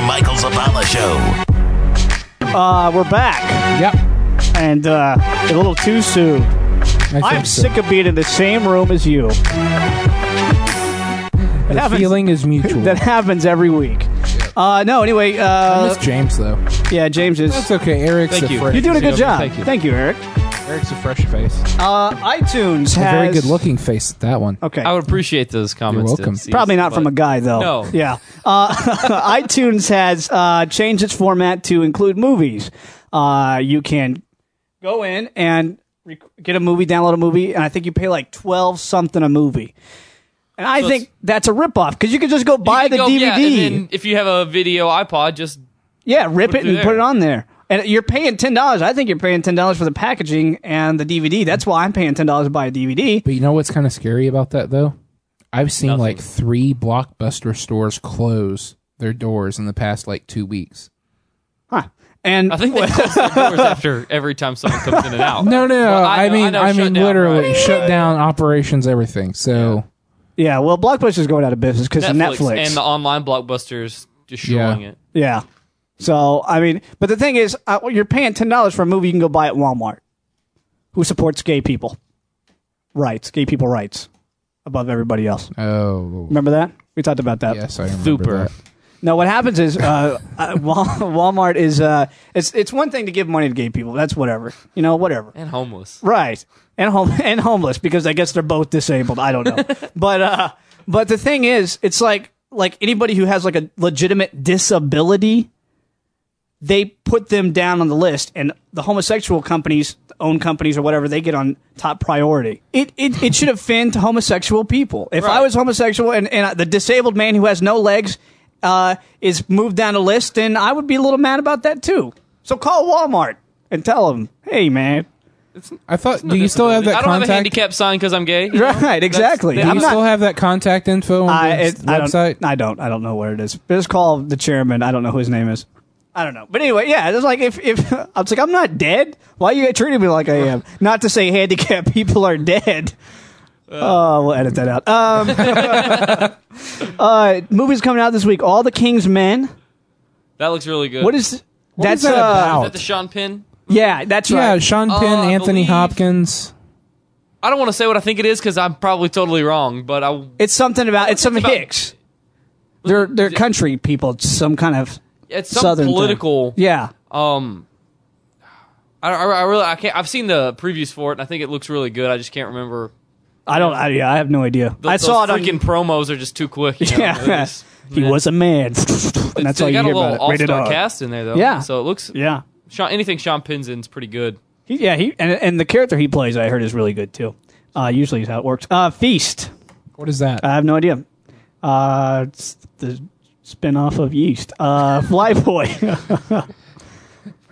Mama Show. Uh, we're back, Yep. and uh, a little too soon. I I'm think so. sick of being in the same room as you. The happens- feeling is mutual. That happens every week. Uh, no, anyway, I uh, miss James though. yeah, James is. That's okay. Eric's Thank a you. fresh- You're doing a good job. Thank you. Eric. Eric's a fresh face. Uh, iTunes has a very good looking face at that one. Okay, I would appreciate those comments. welcome. Dipsies, probably not from but- a guy though. No. Yeah. Uh, iTunes has uh, changed its format to include movies. Uh, you can go in and rec- get a movie, download a movie, and I think you pay like twelve something a movie. And I So think it's- that's a ripoff because you can just go buy You the can go- DVD. Yeah, and then if you have a video iPod, just Yeah, rip Put it, it and there. put it on there. And you're paying ten dollars. I think you're paying ten dollars for the packaging and the DVD. That's why I'm paying ten dollars to buy a DVD. But you know what's kind of scary about that though? I've seen like three blockbuster stores close their doors in the past like two weeks. Huh. And I think they close their doors after every time someone comes in and out. No, no, Well, I, know- mean, I, know mean, shutdown, literally right? shut down operations, everything. So yeah, well, Blockbuster's going out of business because of Netflix, Netflix. and the online blockbusters destroying Yeah. it. yeah. So I mean, but the thing is, uh, well, you're paying ten dollars for a movie you can go buy at Walmart, who supports gay people rights, gay people rights above everybody else. oh Remember that we talked about that. yes, I remember Super. that. No, what happens is uh, uh, Wal- Walmart is uh, it's it's one thing to give money to gay people. That's whatever, you know, whatever. And homeless. Right. And home and homeless because I guess they're both disabled. I don't know. but uh but the thing is, it's like like anybody who has like a legitimate disability, they put them down on the list and the homosexual companies, own companies or whatever, they get on top priority. It it, it should offend homosexual people. If I Right. was homosexual and, and the disabled man who has no legs uh, is moved down the list, then I would be a little mad about that too. So call Walmart and tell them, hey man, I thought. Do you still have that I don't have a contact? handicap sign because I'm gay. Right, exactly. Do I'm you not. still have that contact info on I, the it, I don't, website? I don't. I don't know where it is. Just call the chairman. I don't know who his name is. I don't know. But anyway, yeah. It's like if if I was like, I'm not dead. Why are you treating me like I am? Not to say handicapped people are dead. Uh. Oh, we'll edit that out. Um, uh, movies coming out this week. All the King's Men. That looks really good. What is? that's is uh, that Is about? that the Sean Penn? Yeah, that's yeah, right. Sean Uh, Penn, I Anthony believe- Hopkins. I don't want to say what I think it is because I'm probably totally wrong, but I it's something about. It's some about- Hicks. They're they're country people. Some kind of it's some southern thing. political. yeah. Um, I, I, I really I can't. I've seen the previews for it, and I think it looks really good. I just can't remember. I don't. I, yeah, I have no idea. The, I those saw it on. freaking promos are just too quick. You know? yeah, It's- he was a man. and that's they all you got hear a little about it. Rated all-star R. cast in there though. Yeah. so it looks Yeah, Sean, anything Sean Penn's in is pretty good. he, yeah. He and and the character he plays, I heard, is really good too. Uh, usually is how it works. Uh, Feast. What is that? I have no idea. Uh, it's the spin-off of Yeast. Uh, Flyboy.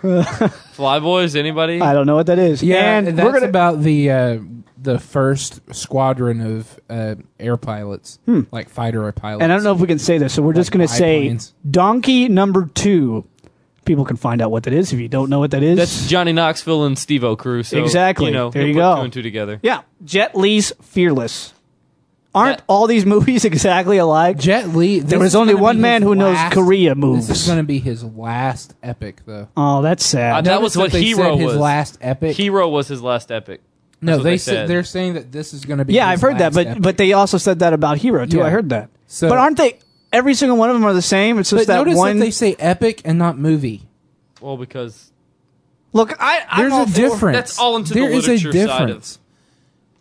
Flyboys, anybody? I don't know what that is. yeah, and that's we're gonna. about the uh, the first squadron of uh, air pilots, like fighter air pilots. Hmm. and I don't know if we can say this, so we're just Like gonna say biplanes. Donkey Number Two. People can find out what that is if you don't know what that is. That's Johnny Knoxville and Steve O. Crew. So, Exactly. You know, There you'll you put go. Two and two together. Yeah, Jet Li's Fearless. Aren't That- all these movies exactly alike? Jet Li. this There was is only gonna one be man his who knows last- Korea This moves. is going to be his last epic, though. oh, that's I sad. know- Uh, That Notice was what they said Hero His was. last epic. Hero was his last epic. no, That's what they, they said said. they're saying that this is going to be. yeah, I've his heard that, last but epic. but they also said that about Hero too. Yeah. I heard that. So- but aren't they? Every single one of them are the same. It's just But that notice one. that they say epic and not movie. Well, because look, I I'm There's all a for- difference. that's all into the There is literature a side of- difference.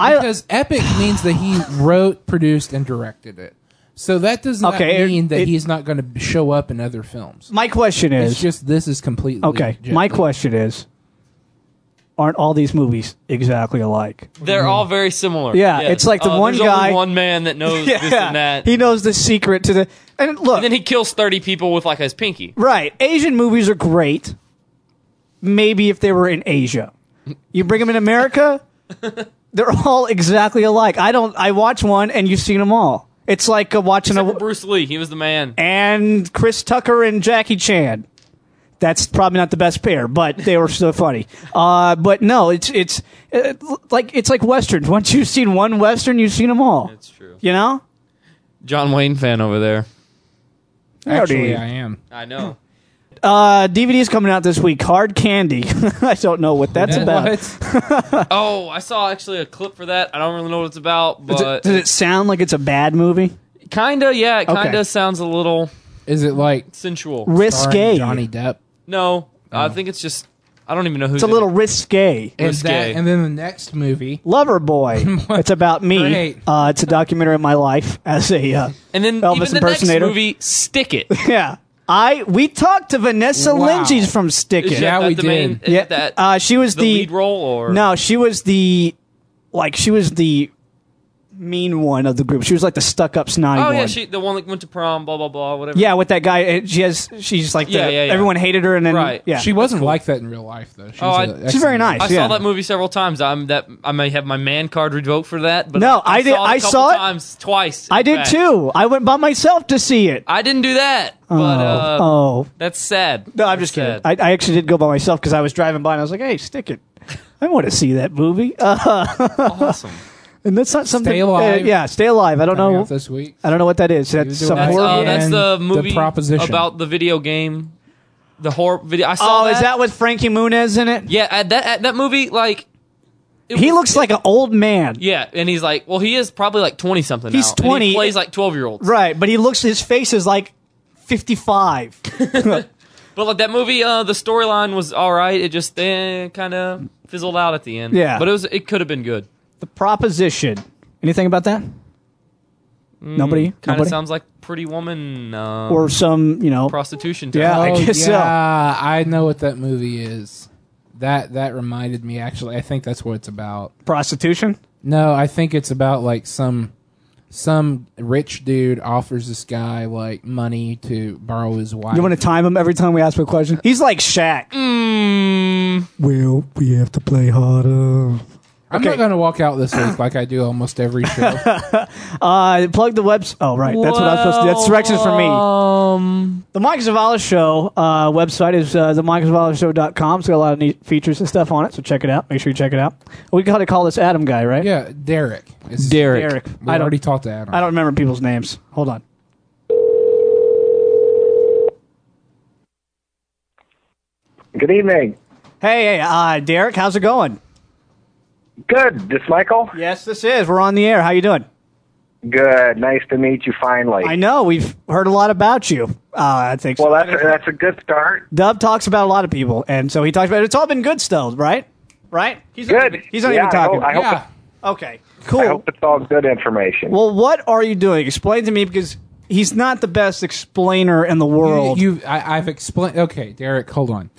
I, because epic means that he wrote, produced, and directed it. So that does not Okay, it- mean that it- he's not going to show up in other films. my question It's is just this is completely okay. My Jet Li. question is, aren't all these movies exactly alike? they're all very similar. Yeah, it's like the Uh, one there's only guy- one man that knows this and that. he knows the secret to the and look. and then he kills thirty people with like his pinky. Right. Asian movies are great. Maybe if they were in Asia. You bring them in America, they're all exactly alike. I don't I watch one and you've seen them all. It's like uh, watching Except a for Bruce Lee, he was the man. and Chris Tucker and Jackie Chan. That's probably not the best pair, but they were so funny. Uh, but no, it's it's uh, like it's like westerns. Once you've seen one western, you've seen them all. That's true. You know? John Wayne fan over there. Actually, I am. I know. Uh, DVD's coming out this week. Hard Candy. I don't know what that's about. What? Oh, I saw actually a clip for that. I don't really know what it's about, Does it- but does it sound like it's a bad movie? kinda, yeah, it Okay. kinda sounds a little Is it like sensual. Risque. starring Johnny Depp? No, I think it's just I don't even know who. Oh. It's a little risque. And, Risque. that- and then the next movie. Lover Boy. it's about me. Great. Uh, it's a documentary of my life as a uh, And then Elvis even the impersonator. next movie, Stick It. yeah. I we talked to Vanessa Wow. Lindsay's from Stick It. Is Yeah, that we the main- did. is that uh, she was the, the, lead role, or No, she was the like she was the mean one of the group. She was like the stuck up snotty Oh one. yeah, she the one that went to prom, blah blah blah, whatever. yeah, with that guy, and she has. She's like, the- Yeah, yeah, yeah. everyone hated her, and then Right. yeah, She wasn't like that in real life, though. She Oh, was I- a She's she's very excellent- nice. I yeah. saw that movie several times. I'm that I may have my man card revoked for that, but No, I, I did- Saw it a I couple saw it. times twice. in I did fact. too. I went by myself to see it. I didn't do that, but uh, oh, that's sad. no, I'm just kidding. That's I, I actually did go by myself because I was driving by and I was like, hey, stick it. I want to see that movie. Uh, awesome. and that's not something. uh, Alive. yeah, stay alive. I don't Coming out know. this week. I don't know what that is. That's doing some that. Oh, That's, horror. uh, Horror that's and the The movie Proposition. about the video game, the horror video. I saw oh, that. is that with Frankie Muniz in it? yeah, at that at that movie, like it He was- looks like an old man. Yeah, and he's like, well, he is probably like twenty something. He's now, and 20. he plays like twelve year olds. Right, but he looks. His face is like fifty-five. But like that movie, uh, the storyline was all right. It just eh, kind of fizzled out at the end. Yeah. but it was it could have been good. the proposition. Anything about that? Hmm, Nobody. Kind of Nobody. sounds like Pretty Woman um, or some, you know. prostitution. Yeah, type. I Oh, guess so. yeah, I know what that movie is. That that reminded me actually. I think that's what it's about. prostitution. No, I think it's about like some some rich dude offers this guy like money to borrow his wife. You want to time him every time we ask him a question? He's like Shaq. Mm, Well, we have to play harder. I'm okay. not going to walk out this week like I do almost every show. Uh, plug the webs. Oh, right. That's what I'm supposed to do. That's directions for me. Um, The Mike Zavala Show uh, website is uh, themikezavallashow.com. It's got a lot of neat features and stuff on it, so check it out. Make sure you check it out. We got to call this Adam guy, right? yeah, Derek. It's- Derek. Eric. We I don't, already talked to Adam. I don't remember people's names. Hold on. Good evening. Hey, hey, uh, Derek, how's it going? Good. This Michael? Yes, this is. We're on the air. How you doing? Good. Nice to meet you finally. I know we've heard a lot about you. Uh, I think so. well, that's a, that's a good start. Dub talks about a lot of people, and so he talks about it. It's all been good still, right? Right? He's not Good. even- he's not Yeah, even I talking. hope- I hope- yeah. okay. Cool. I hope it's all good information. well, what are you doing? Explain to me because he's not the best explainer in the world. You, you- I, I've explained. Okay, Derek, hold on.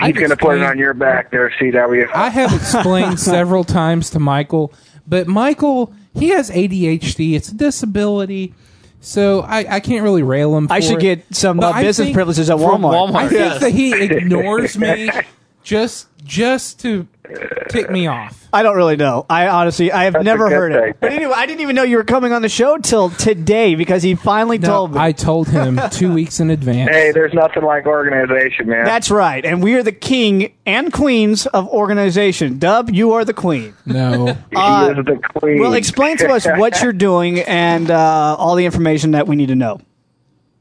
He's going to put it on your back there, CW. I have explained several times to Michael, but Michael, he has ADHD. It's a disability. So I, I can't really rail him. For I should it. get some But uh, I business think- privileges at Walmart. Walmart. I think that he ignores me just just to tick me off. I don't really know. I honestly, I have That's never a good heard thing. it. But anyway, I didn't even know you were coming on the show till today because he finally told me. I told him two weeks in advance. hey, there's nothing like organization, man. That's right. And we are the king and queens of organization. Dub, you are the queen. No, he is the queen. uh, Well, explain to us what you're doing and uh, all the information that we need to know.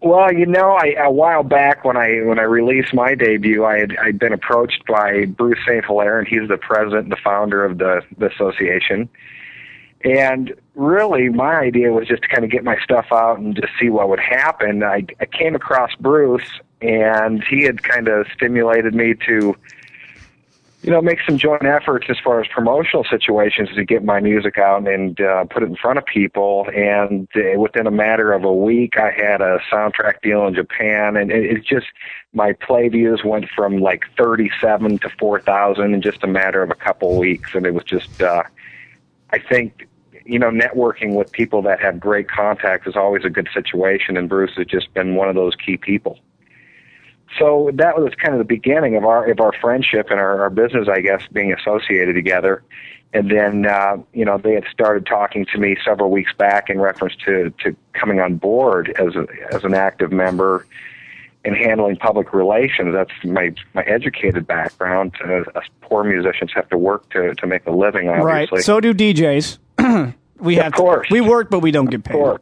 Well, you know, I, a while back when I when I released my debut, I had I'd been approached by Bruce St. Hilaire, and he's the president and the founder of the, the association. And really, my idea was just to kind of get my stuff out and just see what would happen. I, I came across Bruce, and he had kind of stimulated me to, you know, make some joint efforts as far as promotional situations to get my music out and uh, put it in front of people. And uh, within a matter of a week, I had a soundtrack deal in Japan, and it, it just my play views went from like thirty-seven to four thousand in just a matter of a couple weeks, and it was just. Uh, I think you know networking with people that have great contacts is always a good situation, and Bruce has just been one of those key people. So that was kind of the beginning of our of our friendship and our, our business, I guess, being associated together. And then uh, you know they had started talking to me several weeks back in reference to to coming on board as a, as an active member in handling public relations. That's my my educated background. Uh, us poor musicians have to work to to make a living, obviously. Right. So do DJs. we have course. we work, but we don't get paid. Sure.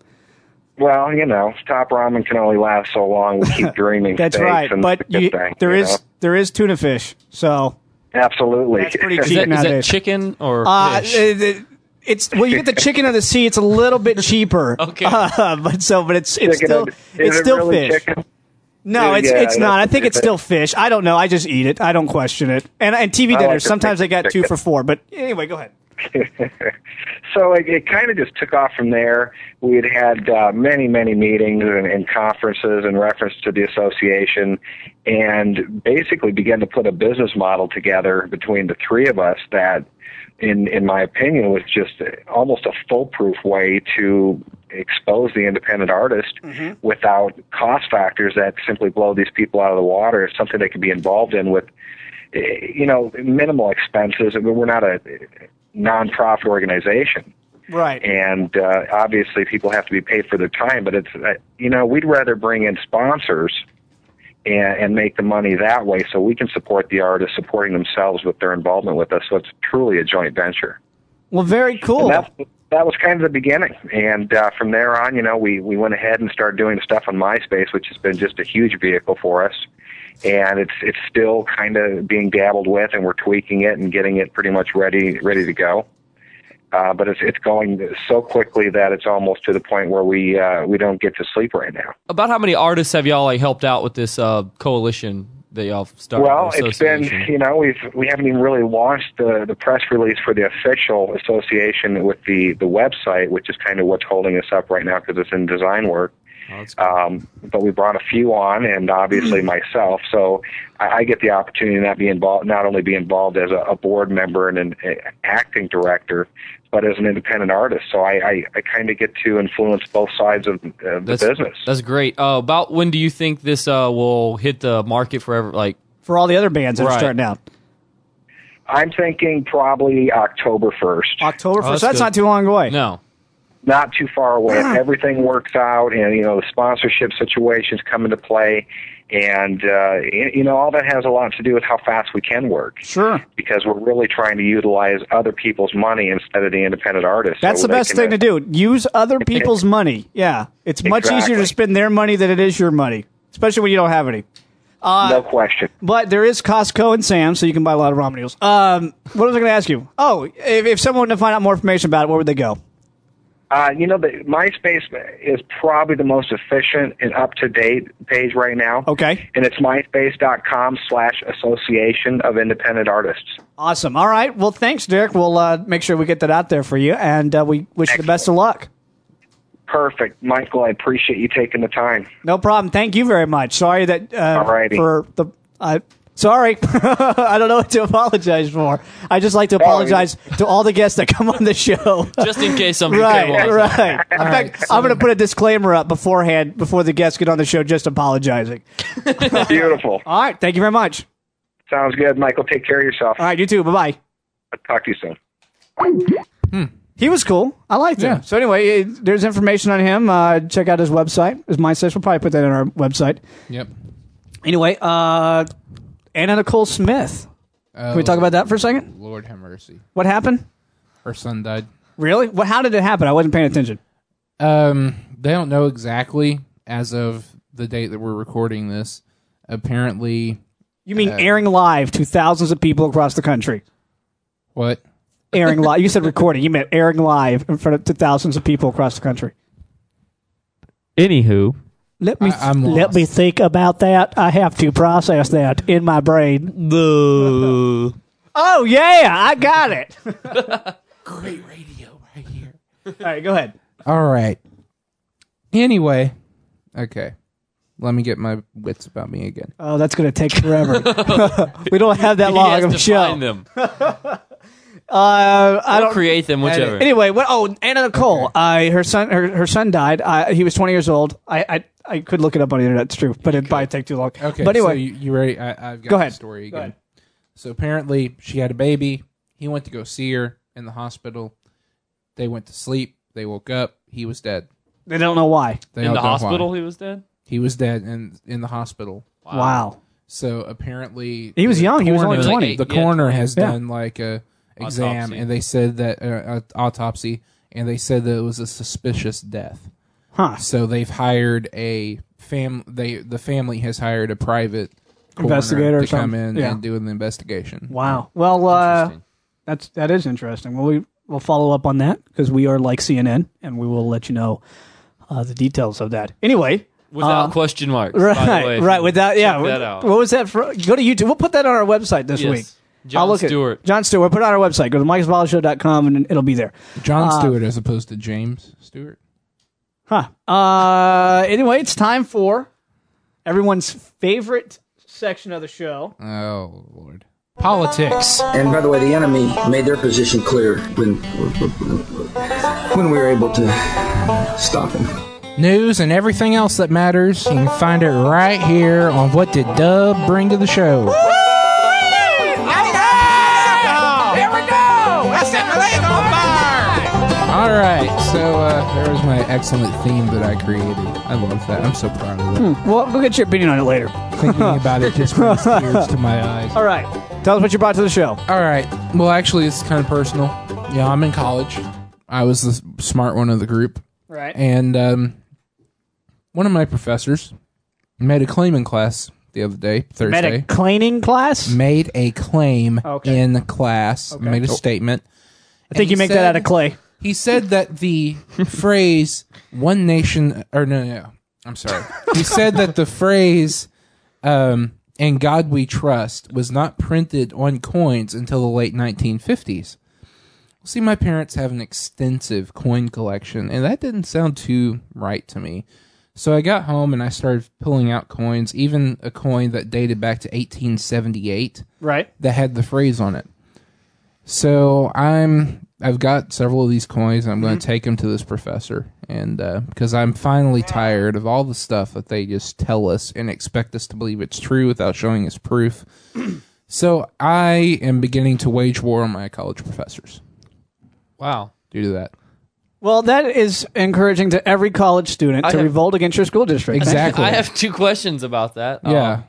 well, you know, top ramen can only last so long. We keep dreaming. That's steaks, right. and But it's a good you, thing, there you is know? there is tuna fish. So absolutely That's pretty Is cheap. that, is that nowadays. chicken or uh, fish? th- th- it's well, you get the chicken of the sea. It's a little bit cheaper. Okay. Uh, but so, but it's it's Chicken still and- is it's it still really fish. chicken? No, Yeah, it's yeah, it's not. I that's think it's pretty still fish. I don't know. I just eat it. I don't question it. And and TV like dinners the sometimes they pink got two for chicken. four. But anyway, go ahead. so it, it kind of just took off from there. We had had uh, many, many meetings and, and conferences in reference to the association, and basically began to put a business model together between the three of us that, in in my opinion, was just almost a foolproof way to expose the independent artist without cost factors that simply blow these people out of the water. It's something they could be involved in with eh, you know, minimal expenses. I mean, we're not a nonprofit organization, Right. and uh, obviously people have to be paid for their time. But it's uh, you know, we'd rather bring in sponsors and, and make the money that way, so we can support the artists supporting themselves with their involvement with us. So it's truly a joint venture. Well, very cool. And that that was kind of the beginning, and uh, from there on, you know, we we went ahead and started doing stuff on MySpace, which has been just a huge vehicle for us. And it's it's still kind of being dabbled with, and we're tweaking it and getting it pretty much ready ready to go. Uh, but it's it's going so quickly that it's almost to the point where we uh, we don't get to sleep right now. About how many artists have y'all like helped out with this uh, coalition that y'all started? or Well, it's been association? you know we've we haven't even really launched the the press release for the official association with the the website, which is kind of what's holding us up right now because it's in design work. Oh, that's Hmm. cool. Um, but we brought a few on, and obviously myself. So I, I get the opportunity to not be involved, not only be involved as a, a board member and an uh, acting director, but as an independent artist. So I, I, I kind of get to influence both sides of, of the that's, business. That's great. Uh, about when do you think this uh, will hit the market forever? Like, For all the other bands that Right. are starting out, I'm thinking probably October first. October Oh, first. that's so that's good. not too long away. no. not too far away. Ah. If everything works out, and you know the sponsorship situations come into play, and uh, y- you know all that has a lot to do with how fast we can work. Sure. Because we're really trying to utilize other people's money instead of the independent artists. That's So the they best can, thing uh, to do. Use other people's money. Yeah. It's much easier Exactly. to spend their money than it is your money, especially when you don't have any. no question. But there is Costco and Sam, so you can buy a lot of ramen noodles. Um, what was I going to ask you? Oh, if, if someone wanted to find out more information about it, where would they go? Uh, you know, the, MySpace is probably the most efficient and up to date page right now. Okay. And it's myspace.com slash association of independent artists. Awesome. All right. Well, thanks, Derek. We'll uh, make sure we get that out there for you, and uh, we wish you the best of luck. Perfect. Michael, I appreciate you taking the time. No problem. Thank you very much. Sorry that uh, Alrighty. for the. I sorry, I don't know what to apologize for. I just like to apologize to all the guests that come on the show. Just in case something came right, along. right. In fact, I'm going to put a disclaimer up beforehand before the guests get on the show, just apologizing. Beautiful. All right. Thank you very much. Sounds good, Michael. Take care of yourself. All right. You too. Bye bye. I'll talk to you soon. He was cool. I liked him. Yeah. So anyway, it, there's information on him. Uh, check out his website. His MySpace. We'll probably put that on our website. Yep. Anyway, uh, Anna Nicole Smith. Can Can we talk about that for a second? Oh, Lord have mercy. What happened? Her son died. Really? What? How did it happen? I wasn't paying attention. Um, they don't know exactly as of the date that we're recording this. Apparently, You mean airing live to thousands of people across the country? what? Airing live. You said recording. You meant airing live in front of to thousands of people across the country. Anywho, Let me I- I'm let lost. me think about that. I have to process that in my brain. the Oh yeah, I got it. All Great radio right here. right, go ahead. All right. Anyway, okay. Let me get my wits about me again. Oh, that's going to take forever. we don't have that he long has of to a show. find them. Uh, I Or don't. create them, whichever. Anyway, what? Oh, Anna Nicole. Uh, her son. Her, her son died. Uh, he was 20 years old. I, I I could look it up on the internet. It's true, but it'd probably take too long. Okay. But so anyway, you, you ready? I, I've got Go the ahead. story again. Go ahead. So apparently, she had a baby. He went to go see her in the hospital. They went to sleep. They woke up. He was dead. they don't know why. They in don't the know why. hospital, he was dead. He was dead in in the hospital. Wow. So apparently, He was the young. He was only coroner- 20. The Yeah, coroner 20. has Yeah. done like a exam, Autopsy. and they said that uh, uh, autopsy, and they said that it was a suspicious death. Huh. So they've hired a fam. They the family has hired a private coroner Investigator or to come something. in Yeah. and do an investigation. Wow. Well, uh, Interesting. that's that is interesting. Well, we will follow up on that because we are like CNN, and we will let you know uh, the details of that. Anyway, Without question marks. by the Uh-huh. right, way. right. Without yeah, Check that out. what was that? For, go to YouTube. We'll put that on our website this Yes. week. John I'll look Stewart. At, John Stewart. Put it on our website. Go to mikesvolleyshow.com and it'll be there. John Uh, Stewart as opposed to James Stewart. Huh. Uh, anyway, it's time for everyone's favorite section of the show. Oh Lord, politics. And by the way, the enemy made their position clear when when we were able to stop them. news and everything else that matters. You can find it right here on What Did Dub Bring to the Show. All right, so uh, there was my excellent theme that I created. I love that. I'm so proud of that. Well, we'll get your opinion on it later. Thinking about it just brings tears to my eyes. All right. Tell us what you brought to the show. All right. Well, actually, it's kind of personal. Yeah, I'm in college. I was the s- smart one of the group, Right. and um, one of my professors made a claim in class the other day, Thursday. Medic cleaning class. made a claim Okay. in class, made a statement. I think you make that out of clay. He said that the phrase "one nation" or no, no, I'm sorry. He said that the phrase um, "in God we trust" was not printed on coins until the late 1950s. See, my parents have an extensive coin collection, and that didn't sound too right to me. So I got home and I started pulling out coins, even a coin that dated back to 1878 Right. that had the phrase on it. So I'm I've got several of these coins. And I'm Mm-hmm. going to take them to this professor, and uh, because I'm finally tired of all the stuff that they just tell us and expect us to believe it's true without showing us proof. so I am beginning to wage war on my college professors Wow. due to that. Well, that is encouraging to every college student to have- revolt against your school district. Exactly. I have two questions about that. yeah, Um,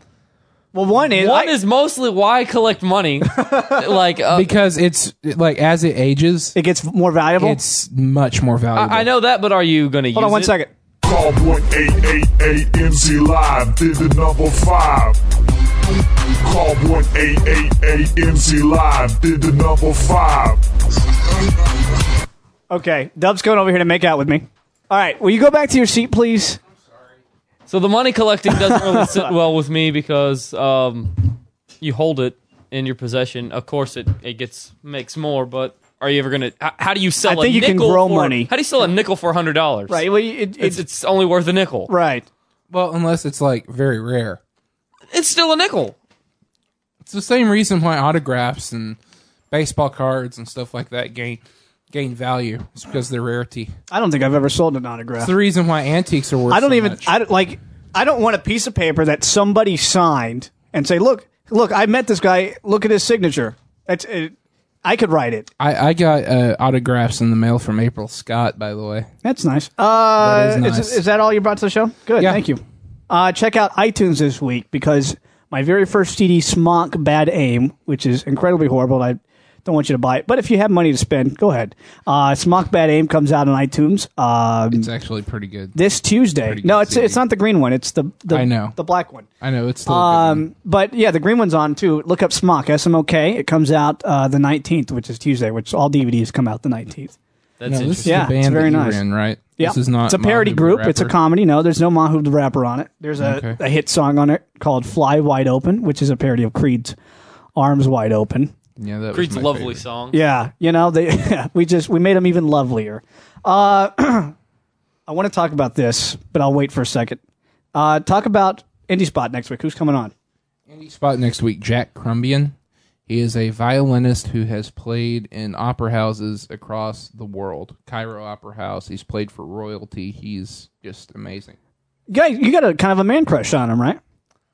Well, one is one I- is mostly why collect money. like, uh, because it's like as it ages, it gets more valuable. it's much more valuable. I know that, but are you going to use Hold on one it? second. Call 1-888-NZ Live, did the number five. Call 1-888-NZ Live, did the number five. Okay, Dub's coming over here to make out with me. All right, will you go back to your seat, please? So the money collecting doesn't really sit well with me because um, you hold it in your possession. Of course, it, it gets makes more, but are you ever gonna? How, how do you sell? I think a you can nickel grow for- money. How do you sell a nickel for hundred dollars? Right. Well, you- it, It's, it's only worth a nickel. right. well, unless it's like very rare. It's still a nickel. it's the same reason why autographs and baseball cards and stuff like that gain gain value. It's because they're rarity. I don't think I've ever sold an autograph. It's the reason why antiques are worth. I don't so even. much. I don't, like. I don't want a piece of paper that somebody signed and say, "Look, look, I met this guy. Look at his signature." That's. It, I could write it. I, I got uh, autographs in the mail from April Scott. By the way, That's nice. Uh, That is Is, nice. is that all you brought to the show? Good. Yeah. Thank you. Uh, check out iTunes this week because my very first CD, Smock Bad Aim, which is incredibly horrible. and I don't want you to buy it, but if you have money to spend, go ahead. Uh, Smock Bad Aim comes out on iTunes um, it's actually pretty good. this Tuesday. pretty No, good it's CD. it's not the green one. It's the, the I know. the black one. I know it's still a good Um, but yeah, the green one's on too. Look up Smock S M O K. It comes out uh, the nineteenth, which is Tuesday. Which all DVDs come out the nineteenth. That's one. No, this is interesting. yeah, the band it's very that you nice. were in, right? Yeah. This is not. It's a parody Mahmood group. It's a Rapper. comedy. No, there's no Mahoob the Rapper on it. There's a, Okay. a hit song on it called Fly Wide Open, which is a parody of Creed's Arms Wide Open. Yeah, that was Creed's my lovely favorite. song. Yeah, you know, they we just we made them even lovelier. Uh, I want to talk about this, but I'll wait for a second. Uh, talk about Indie Spot next week. Who's coming on? Indie spot next week. Jack Crumbian. He is a violinist who has played in opera houses across the world. Cairo Opera House. He's played for royalty. He's just amazing. Guys, you got a kind of a man crush on him, right?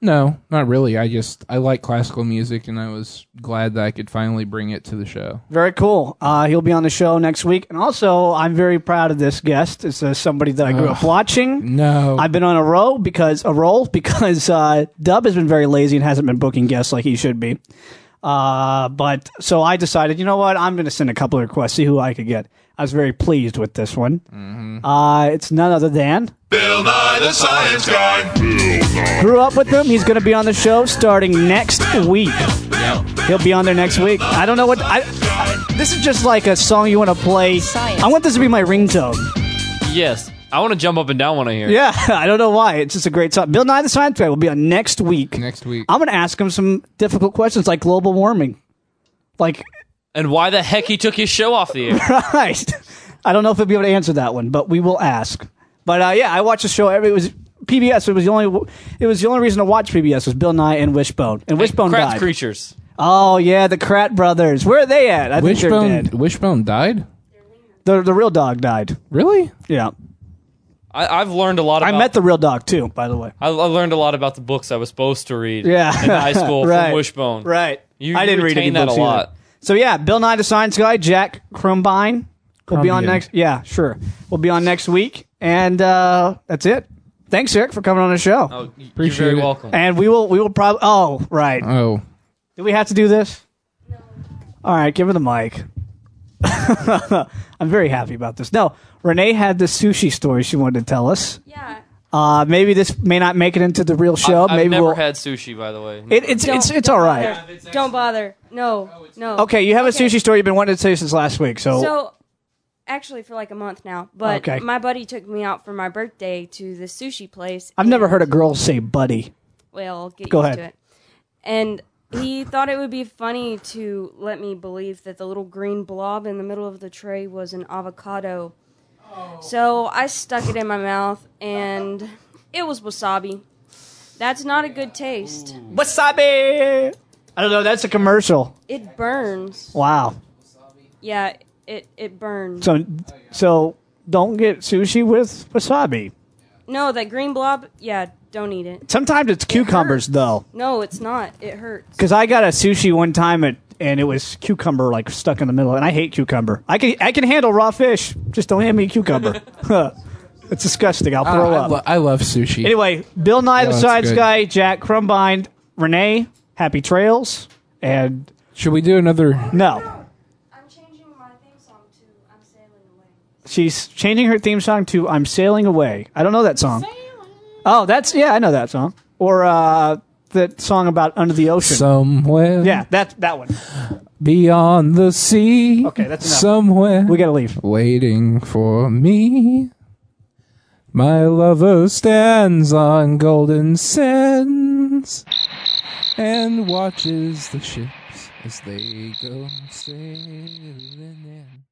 No, not really. I just I like classical music, and I was glad that I could finally bring it to the show. Very cool. Uh, he'll be on the show next week, and also I'm very proud of this guest. It's uh, somebody that I grew up watching. No, I've been on a roll because a roll because uh, Dub has been very lazy and hasn't been booking guests like he should be. Uh, but so I decided, you know what? I'm going to send a couple of requests, see who I could get. I was very pleased with this one. Uh, it's none other than Bill Nye the Science Guy. grew up with him. He's going to be on the show starting next week. He'll be on there next week. I don't know what. I, I- this is just like a song you want to play. Science. I want this to be my ringtone. Yes. I want to jump up and down when I hear it. Yeah, I don't know why. It's just a great song. Bill Nye the Science Guy will be on next week. Next week. I'm going to ask him some difficult questions like global warming. Like, And why the heck he took his show off the air? right. I don't know if he'll be able to answer that one, but we will ask. But uh, yeah, I watched the show. Every, it was PBS. It was the only. It was the only reason to watch PBS was Bill Nye and Wishbone. And Wishbone Crap died. creatures. Oh yeah, the Krat brothers. Where are they at? I think they're Wishbone dead. Wishbone died? The, the real dog died. Really? Yeah, I, I've learned a lot. I About, met the real dog too. By the way. I, I learned a lot about the books I was supposed to read. Yeah. in high school Right. from Wishbone. Right. You- I you didn't read any retain that books a either. lot. So yeah, Bill Nye the Science Guy, Jack Crumbine will be on Crumbine. next. Yeah, sure. We'll be on next week, and uh, that's it. Thanks, Eric, for coming on the show. Oh, y- Appreciate You're very it. welcome. And we will. We will probably. Oh, right. Uh-huh. Oh. Do we have to do this? No. All right, give her the mic. I'm very happy about this. No, Renee had the sushi story she wanted to tell us. Yeah. Uh, maybe this may not make it into the real show. I've maybe never we'll. had sushi, by the way. it, it's Don't- it's it's don't all right. bother. Don't bother. No. No. Okay, you have a Okay. sushi story you've been wanting to say since last week. So, So, actually, for like a month now, but Okay. my buddy took me out for my birthday to the sushi place. I've never and- heard a girl say "buddy." Well, get Go ahead. used to it. And he thought it would be funny to let me believe that the little green blob in the middle of the tray was an avocado. So I stuck it in my mouth, and it was wasabi. That's not a good taste. Wasabi. I don't know. That's a commercial. It burns. Wow. Yeah, it it burns. So so don't get sushi with wasabi. no, that green blob. Yeah, don't eat it. Sometimes it's cucumbers hurts. though. No, it's not. It hurts. Because I got a sushi one time at, and it was cucumber like stuck in the middle, and I hate cucumber. I can I can handle raw fish, just don't hand me cucumber. Huh. it's disgusting. I'll I, throw Ah, I up. lo- I love sushi. anyway, Bill Nye the that's Science good. Guy, Jack Crumbine, Renee, happy trails, and Should we do another no, I'm changing my theme song to "I'm Sailing Away." she's changing her theme song to "I'm Sailing Away." I don't know that song. Oh, that's yeah, I know that song. Or uh, that song about under the ocean. somewhere yeah, that that one. beyond the sea? Okay, that's enough. Somewhere We gotta leave. waiting for me. My lover stands on golden sands and watches the ships as they go sailing in.